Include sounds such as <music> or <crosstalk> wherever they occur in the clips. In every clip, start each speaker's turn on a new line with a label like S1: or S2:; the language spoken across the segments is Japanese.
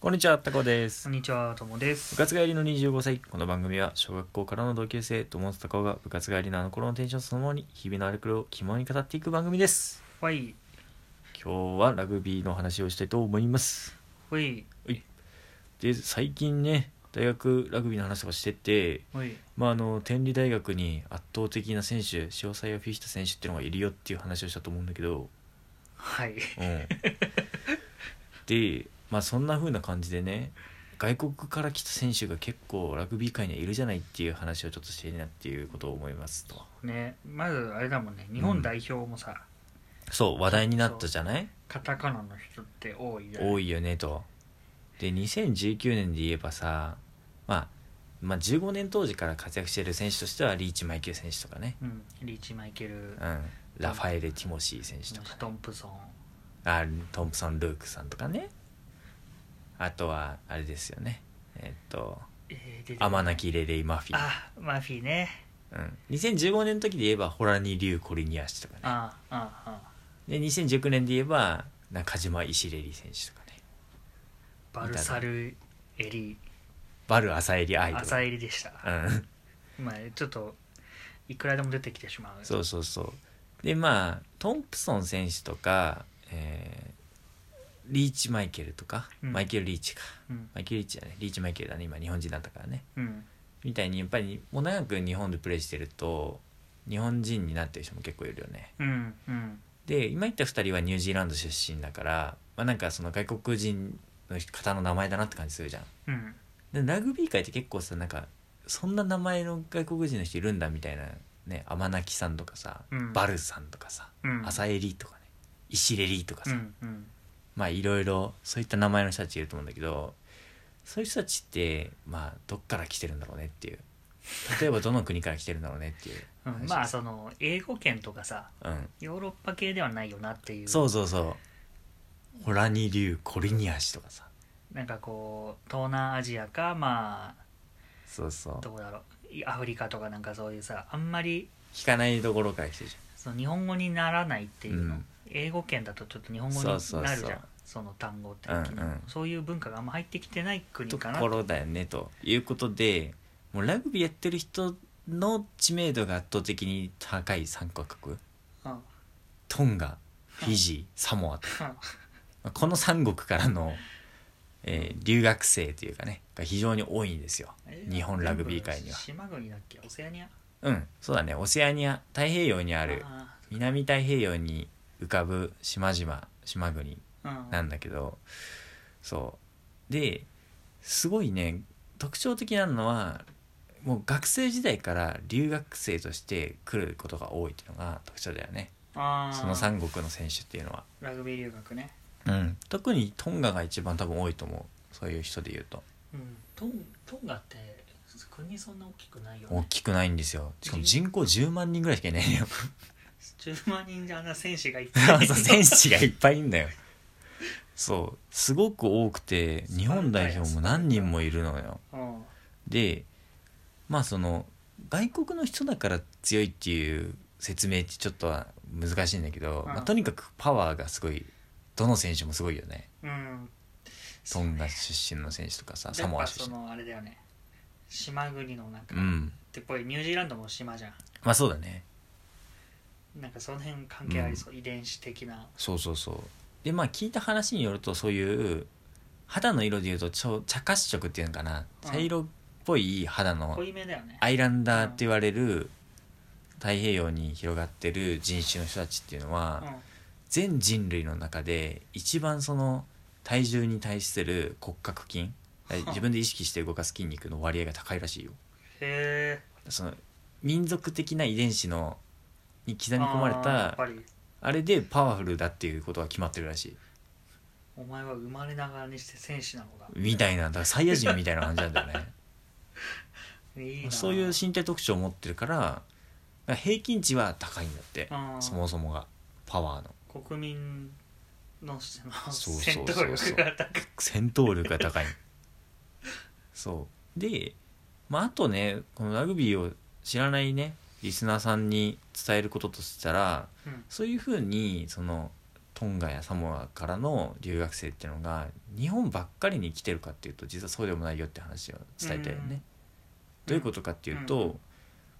S1: こんにちは、タコで
S2: こ
S1: す
S2: ん。にちは、ともです
S1: 部。活帰りの25歳。この番組は小学校からの同級生、友達タコが部活帰りのあの頃のテンションそのままに日々のあれくれを肝に語っていく番組です。
S2: わい、
S1: 今日はラグビーの話をしたいと思います。
S2: わい、
S1: で、最近ね、大学ラグビーの話とかしてて、
S2: わい。
S1: まあ、あの天理大学に圧倒的な選手詳細やフィヒタ選手っていうのがいるよっていう話をしたと思うんだけど、
S2: はい。
S1: うんで、まあ、そんな風な感じでね外国から来た選手が結構ラグビー界にはいるじゃないっていう話をちょっとしていいなっていうことを思いますと
S2: ね、まずあれだもんね、日本代表もさ、
S1: そう話題になったじゃない
S2: カタカナの人って多いじゃん
S1: 多いよねとで2019年で言えばさ、まあ、まあ15年当時から活躍している選手としてはリーチマイケル選手とかね、
S2: うん、リーチマイケル
S1: う、ん、ラファエレ・ティモシー選手とか
S2: ストンプソン、
S1: あトンプソン・ルークさんとかねあとはあれですよねえっと
S2: えー、出てこな
S1: 天
S2: い
S1: 泣きレレイ・マフィー、
S2: あ、マフィーね。
S1: うん、2015年の時で言えばホラニ・リュウ・コリニアシとかね
S2: ああ、ああ、ああ。
S1: で2019年で言えば中島石レリ選手とかね
S2: バルサルエリ、
S1: バル・アサエリ・アイと
S2: 朝
S1: か、
S2: 入りでした。
S1: うん、 <laughs>
S2: まあ、ちょっと、いくらでも出てきてしまう。
S1: そうそうそうでまあトンプソン選手とか、えーリーチ・マイケルとか、
S2: うん
S1: マイケル・リーチか
S2: うん、
S1: マイケル・リーチじゃないリーチ・マイケルだね今日本人だったからね
S2: うん、
S1: みたいにやっぱりもう長く日本でプレーしてると日本人になってる人も結構いるよね
S2: うん、うん。
S1: で今言った2人はニュージーランド出身だから、まあ、なんかその外国人の方の名前だなって感じするじゃん
S2: うん、
S1: でラグビー界って結構さなんかそんな名前の外国人の人いるんだみたいなね天泣さんとかさ、
S2: うん
S1: バルさんとかさ、
S2: うん
S1: 朝エリとかね石レリとか
S2: う
S1: さ、
S2: ん、うん。
S1: まあいろいろそういった名前の人たちいると思うんだけどそういう人たちってまあどっから来てるんだろうねっていう例えばどの国から来てるんだろうねっていう
S2: う
S1: 話
S2: ん、
S1: です
S2: まあその英語圏とかさ
S1: うん、
S2: ヨーロッパ系ではないよなっていう
S1: そうそうそうホラニ流コリニアシとかさ
S2: なんかこう東南アジアかま
S1: そうそう
S2: あどこだろういアフリカとかなんかそういうさあんまり
S1: 聞かないところから来てるじ
S2: その日本語にならないっていうの、
S1: うん
S2: 英語圏だとちょっと日本語に
S1: そ
S2: な
S1: う
S2: る
S1: そ
S2: じ
S1: うそ
S2: ゃん
S1: う
S2: その単語っていうの、
S1: うんうん
S2: そういう文化があんま入ってきてない国
S1: ゃんと
S2: かな
S1: ころだよねということでもうラグビーやってる人の知名度が圧倒的に高い3カ国
S2: うん
S1: トンガフィジーサモアとまあこの3国からの、えー留学生というかねが非常に多いんですよ <laughs> 日本ラグビー界には
S2: 全部島国だっけオセアニア
S1: うんそうだねオセアニア太平洋にある
S2: あー
S1: 南太平洋に浮かぶ島々島国
S2: うん
S1: なんだけどそうですごいね特徴的なのはもう学生時代から留学生として来ることが多いっていうのが特徴だよね
S2: あー
S1: その三国の選手っていうのは、
S2: ラグビー留学ね
S1: うん、特にトンガが一番多分多いと思うそういう人で言うと
S2: うんトントンガって国そんな大きくないよ
S1: 大
S2: ね
S1: きくないんですよしかも人口10万人ぐらいしかいないの <laughs> よ
S2: 10万人じゃあんな選手がいっぱい
S1: <laughs>
S2: い
S1: そう
S2: る
S1: そう選手がいっぱいいんだよそうすごく多く <laughs> て日本代表も何人もいるのよ
S2: <laughs> うん
S1: でまあその外国の人だから強いっていう説明ってちょっとは難しいんだけど、
S2: ん
S1: まあ、とにかくパワーがすごいどの選手もすごいよね
S2: うん
S1: トンガ出身の選手とかさサ
S2: やっ
S1: モア
S2: ぱ
S1: 出
S2: そ
S1: 身
S2: のあれだよね島国のなんか、
S1: う
S2: っ
S1: ん
S2: てっぽいニュージーランドも島じゃ
S1: まあそうだね
S2: んなんかその辺関係ありそう、遺伝子的な
S1: そうそうそうでまあ聞いた話によるとそういう肌の色でいうとちょ茶褐色っていうのかな
S2: うん
S1: 茶色っぽい肌の
S2: 濃いめだよね
S1: アイランダーって言われる太平洋に広がってる人種の人たちっていうのは、全人類の中で一番その体重に対する骨格筋 <laughs>
S2: はあ
S1: 自分で意識して動かす筋肉の割合が高いらしいよ
S2: へえ
S1: その民族的な遺伝子のに刻み込まれ
S2: やったぱり
S1: あれでパワフルだっていうことが決まってるらしい
S2: お前は生まれながらにして選手なのが
S1: みたいなだからサイヤ人み <laughs> たいな感じなんだよね
S2: いいな
S1: そういう身体特徴を持ってるからだから平均値は高いんだって
S2: あー
S1: そもそもがパワーの
S2: 国民のその
S1: そうそうそ
S2: 戦
S1: うそう
S2: 闘力が高く
S1: 戦闘力が高いそうで、まあ、あとねこのラグビーを知らないねリスナーさんに伝えることとしたら
S2: うん
S1: そういうふうにそのトンガやサモアからの留学生っていうのが日本ばっかりに来てるかっていうと実はそうでもないよって話を伝えたよね。
S2: うん
S1: どういうことかっていうと、
S2: うん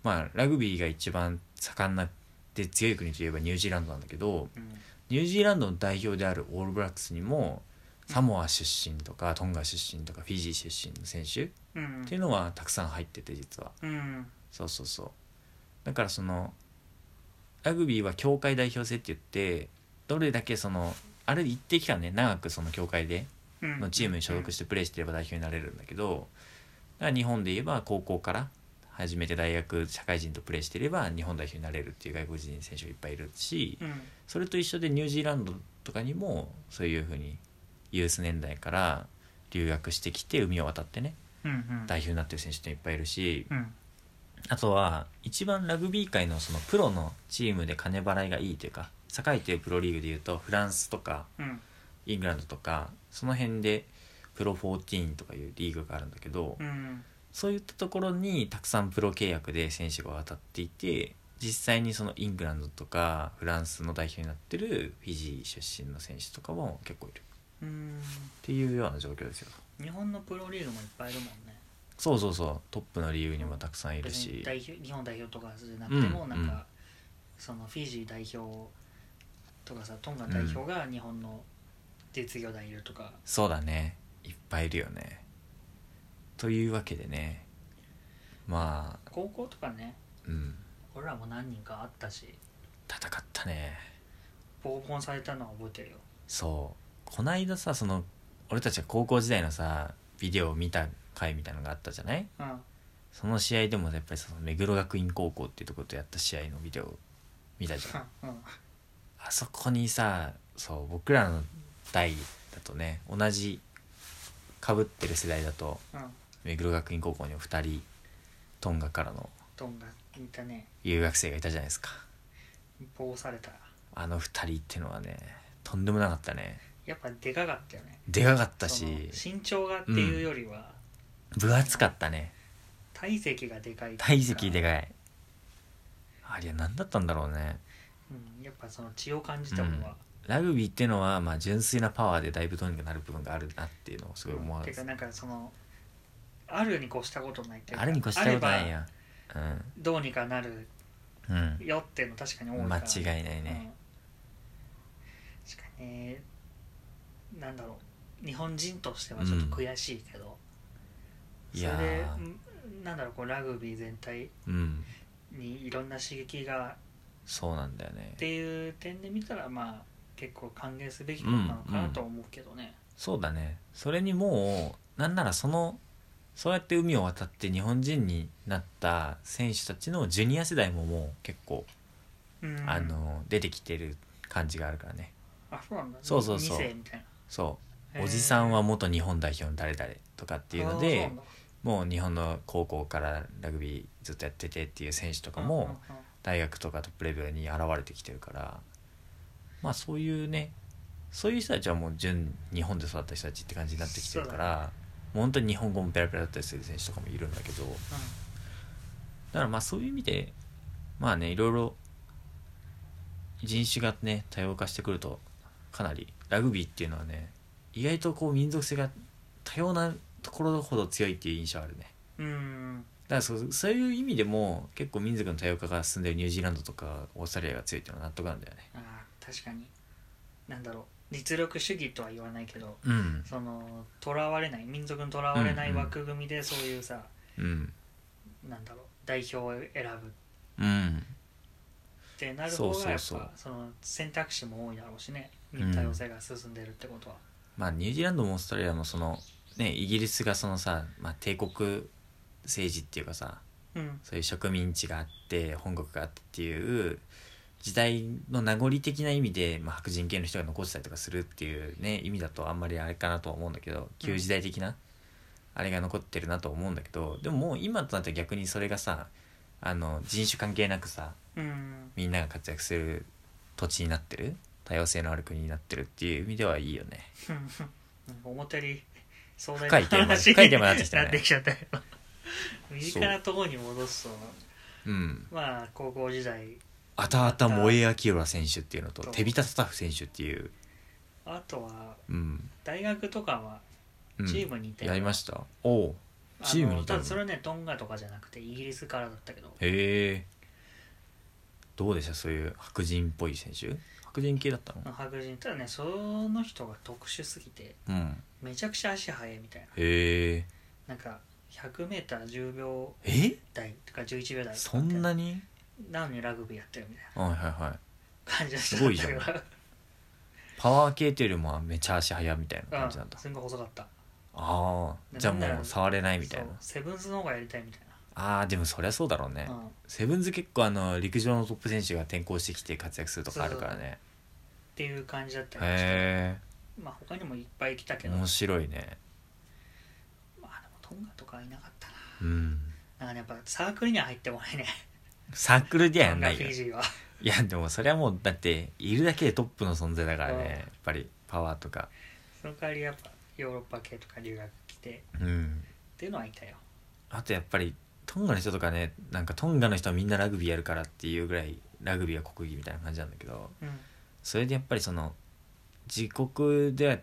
S1: まあラグビーが一番盛んなで強い国といえばニュージーランドなんだけど
S2: うん
S1: ニュージーランドの代表であるオールブラックスにもサモア出身とかトンガ出身とかフィジー出身の選手
S2: うん
S1: っていうのはたくさん入ってて実は
S2: うん
S1: そうそうそうだからそのラグビーは協会代表制って言ってどれだけそのあれ一定期間ね長くその協会で
S2: うん
S1: のチームに所属してプレーしてれば代表になれるんだけどだから日本で言えば高校から始めて大学社会人とプレーしてれば日本代表になれるっていう外国人選手がいっぱいいるし
S2: うん
S1: それと一緒でニュージーランドとかにもそういうふうにユース年代から留学してきて海を渡ってね
S2: うんうん
S1: 代表になってる選手っていっぱいいるし
S2: うん
S1: あとは一番ラグビー界のそのプロのチームで金払いがいいというか栄えてるプロリーグでいうとフランスとか
S2: うん
S1: イングランドとかその辺でプロ14とかいうリーグがあるんだけど、
S2: うん
S1: そういったところにたくさんプロ契約で選手が渡っていて実際にそのイングランドとかフランスの代表になってるフィジー出身の選手とかも結構いるっ
S2: うん
S1: ていうような状況ですよ
S2: 日本のプロリーグもいっぱいいるもんね
S1: そうそうそうトップの理由にもたくさんいる
S2: 別に
S1: し
S2: 代表日本代表とかじゃなくても、
S1: うん
S2: なんか、
S1: うん
S2: そのフィジー代表とかさトンガ代表が日本の実業団いるとか、
S1: そうだねいっぱいいるよねというわけでねまあ
S2: 高校とかね
S1: うん
S2: 俺らも何人かあったし
S1: 戦ったね
S2: 暴行されたのは覚えてるよ
S1: そうこないださその俺たちが高校時代のさビデオを見た回みたいなのがあったじゃない
S2: うん
S1: その試合でもやっぱりその目黒学院高校っていうところとやった試合のビデオを見たじゃん
S2: うん
S1: あそこにさそう僕らの代だとね同じかぶってる世代だと
S2: うん
S1: 目黒学院高校にも2人トンガからの
S2: トンガいたね
S1: 留学生がいたじゃないですか
S2: 暴行された
S1: あの2人ってのはねとんでもなかったね
S2: やっぱでかかったよね
S1: でかかった
S2: その
S1: し
S2: 身長がっていうよりは、
S1: 分厚かったね
S2: 体積がでかいっていうか
S1: 体積でかいあれは何だったんだろうね
S2: うん、やっぱその血を感じたものは、
S1: ラグビーってのはまあ純粋なパワーでだいぶどうにかなる部分があるなっていうのをすごい思わ
S2: て
S1: ず、
S2: かなんかそのあるに越したことないというか
S1: あれに越したことな
S2: あ
S1: い
S2: れば
S1: や
S2: どうにかなる
S1: うん、
S2: よっていうの確かに多い
S1: うん、
S2: か
S1: 間
S2: ら
S1: 違いないね、
S2: うん確かにねなんだろう日本人としてはちょっと悔しいけど、
S1: い
S2: それ
S1: や
S2: で
S1: ー
S2: んなんだろうこうラグビー全体
S1: うん、
S2: にいろんな刺激が
S1: そうなんだよね
S2: っていう点で見たらまあ結構歓迎すべきことなのかなと思うけどね、
S1: そうだねそれにもうなんならそのそうやって海を渡って日本人になった選手たちのジュニア世代ももう結構、
S2: うん
S1: あの出てきてる感じがあるからね
S2: あそうなんだ
S1: そうそうそう
S2: 2世みたい
S1: そ
S2: な
S1: うおじさんは元日本代表の誰々とかっていうの
S2: あーそう
S1: で
S2: なんだ
S1: もう日本の高校からラグビーずっとやっててっていう選手とか
S2: うんうん
S1: も
S2: うん
S1: 大学とかトップレベルに現れてきてるからまあそういうねそういう人たちはもう純日本で育った人たちって感じになってきてるか
S2: そうだ
S1: らもう本当に日本語もペラペラだったりする選手とかもいるんだけどだからまあそういう意味でまあねいろいろ人種がね多様化してくるとかなりラグビーっていうのはね意外とこう民族性が多様なところほど強いっていう印象あるね。
S2: うん
S1: だからそうそういう意味でも結構民族の多様化が進んでるニュージーランドとかオーストラリアが強いっていうのは納得なんだよね
S2: あー確かになんだろう実力主義とは言わないけど
S1: うん
S2: そのとらわれない民族にとらわれな
S1: う
S2: い
S1: んうん
S2: 枠組みでそういうさ、
S1: うん
S2: なんだろう代表を選ぶっ
S1: うん
S2: てなる方
S1: そう
S2: が
S1: そ
S2: や
S1: う
S2: っ
S1: そう
S2: ぱその選択肢も多いだろうしね
S1: うん
S2: 多様性が進んでるってことは、
S1: まあニュージーランドもオーストラリアもそのねイギリスがそのさ、まあ、帝国政治っていうかさ
S2: うん、
S1: そういう植民地があって本国があってっていう時代の名残的な意味で、まあ、白人系の人が残ってたりとかするっていうね意味だとあんまりあれかなとは思うんだけど旧時代的なあれが残ってるなと思うんだけどでももう今となっては逆にそれがさあの人種関係なくさ
S2: うん、
S1: みんなが活躍する土地になってる多様性のある国になってるっていう意味ではいいよね。
S2: <laughs> 思ったより壮大
S1: 深
S2: ない
S1: テーマ
S2: 話
S1: 深いテーマになってきたね
S2: なってきち
S1: <laughs>
S2: ゃったよ身近なところに戻すと
S1: うん、
S2: まあ高校時代
S1: あたあた萌えあきら選手っていうのと手びたたたふ選手っていう、
S2: あとは
S1: うん
S2: 大学とかは
S1: うん、
S2: チームにいて、
S1: やりましたおうチームにいた
S2: たた
S1: の
S2: だそれはねトンガとかじゃなくてイギリスからだったけど
S1: へえどうでしたそういう白人っぽい選手白人系だったの
S2: 白人ただねその人が特殊すぎて
S1: うん
S2: めちゃくちゃ足速いみたいな
S1: へえ
S2: なんか 100m10 秒
S1: え
S2: 台とか11秒台とか
S1: そ
S2: って
S1: んなに
S2: なのにラグビーやってるみたいな
S1: はいはいはい
S2: 感じだった
S1: すごいじゃ
S2: <laughs>
S1: ん
S2: だから
S1: パワー系というよりもめちゃ足速いみたいな感じなん
S2: う
S1: だ
S2: ん、すんごい細かった
S1: ああじゃあ
S2: なんな
S1: もう
S2: ら
S1: 触れないみたいな
S2: そうセブンスの方がやりたいみたい
S1: ああでもそりゃそうだろうね、
S2: な、うん、っ
S1: セブンズ結構あの陸上のトップ選手が転校してきて活躍するとかあるからね
S2: ていう感じだったりもして
S1: へ
S2: まあ他にもいっぱい来たけ
S1: え
S2: どま
S1: 面白いね
S2: あでもトンガとかはいなかった
S1: うん
S2: ななんかねやっぱサークルには入ってもらえない
S1: サークルではや
S2: トン
S1: ん
S2: ガ
S1: な
S2: フ
S1: いよ
S2: ィジーはい
S1: やでもそれはもうだっているだけでトップの存在だから
S2: うん
S1: ねやっぱりパワーとか
S2: その代わりやっぱヨーロッパ系とか留学来て
S1: うん
S2: っていうのはいたよ
S1: あとやっぱりトンガの人とかねなんかトンガの人はみんなラグビーやるからっていうぐらいラグビーは国技みたいな感じなんだけど
S2: うん
S1: それでやっぱりその自国では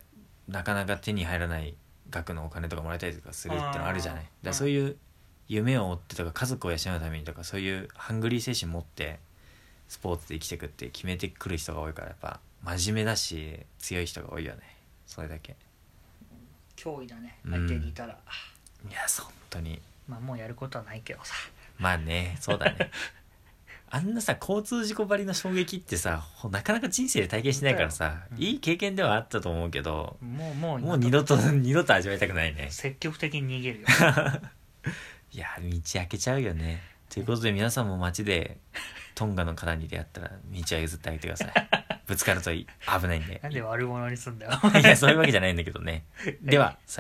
S1: なかなか手に入らない額のお金とかもらえたりとかするってのあるじゃないだ
S2: あー
S1: からそういう夢を追ってとか家族を養うためにとかそういうハングリー精神持ってスポーツで生きてくって決めてくる人が多いからやっぱ真面目だし強い人が多いよねそれだけ
S2: 脅威だね
S1: うん
S2: 相手にいたら、
S1: いやそう本当に
S2: まあもうやることはないけどさ
S1: まあねそうだ
S2: <laughs>
S1: ねあんなさ交通事故ばりの衝撃ってさほなかなか人生で体験しないからさ、
S2: うん
S1: いい経験ではあったと思うけど
S2: もうもう
S1: もう二度と <laughs> 二度と味わいたくないね
S2: 積極的に逃げるよ
S1: いや道開けちゃうよねということで皆さんも街でトンガの方に出会ったら道は譲ってあげてくださ
S2: <laughs>
S1: いぶつかるとい危ないんで
S2: なんで悪者にすんだよ
S1: いやそういうわけじゃないんだけどねでは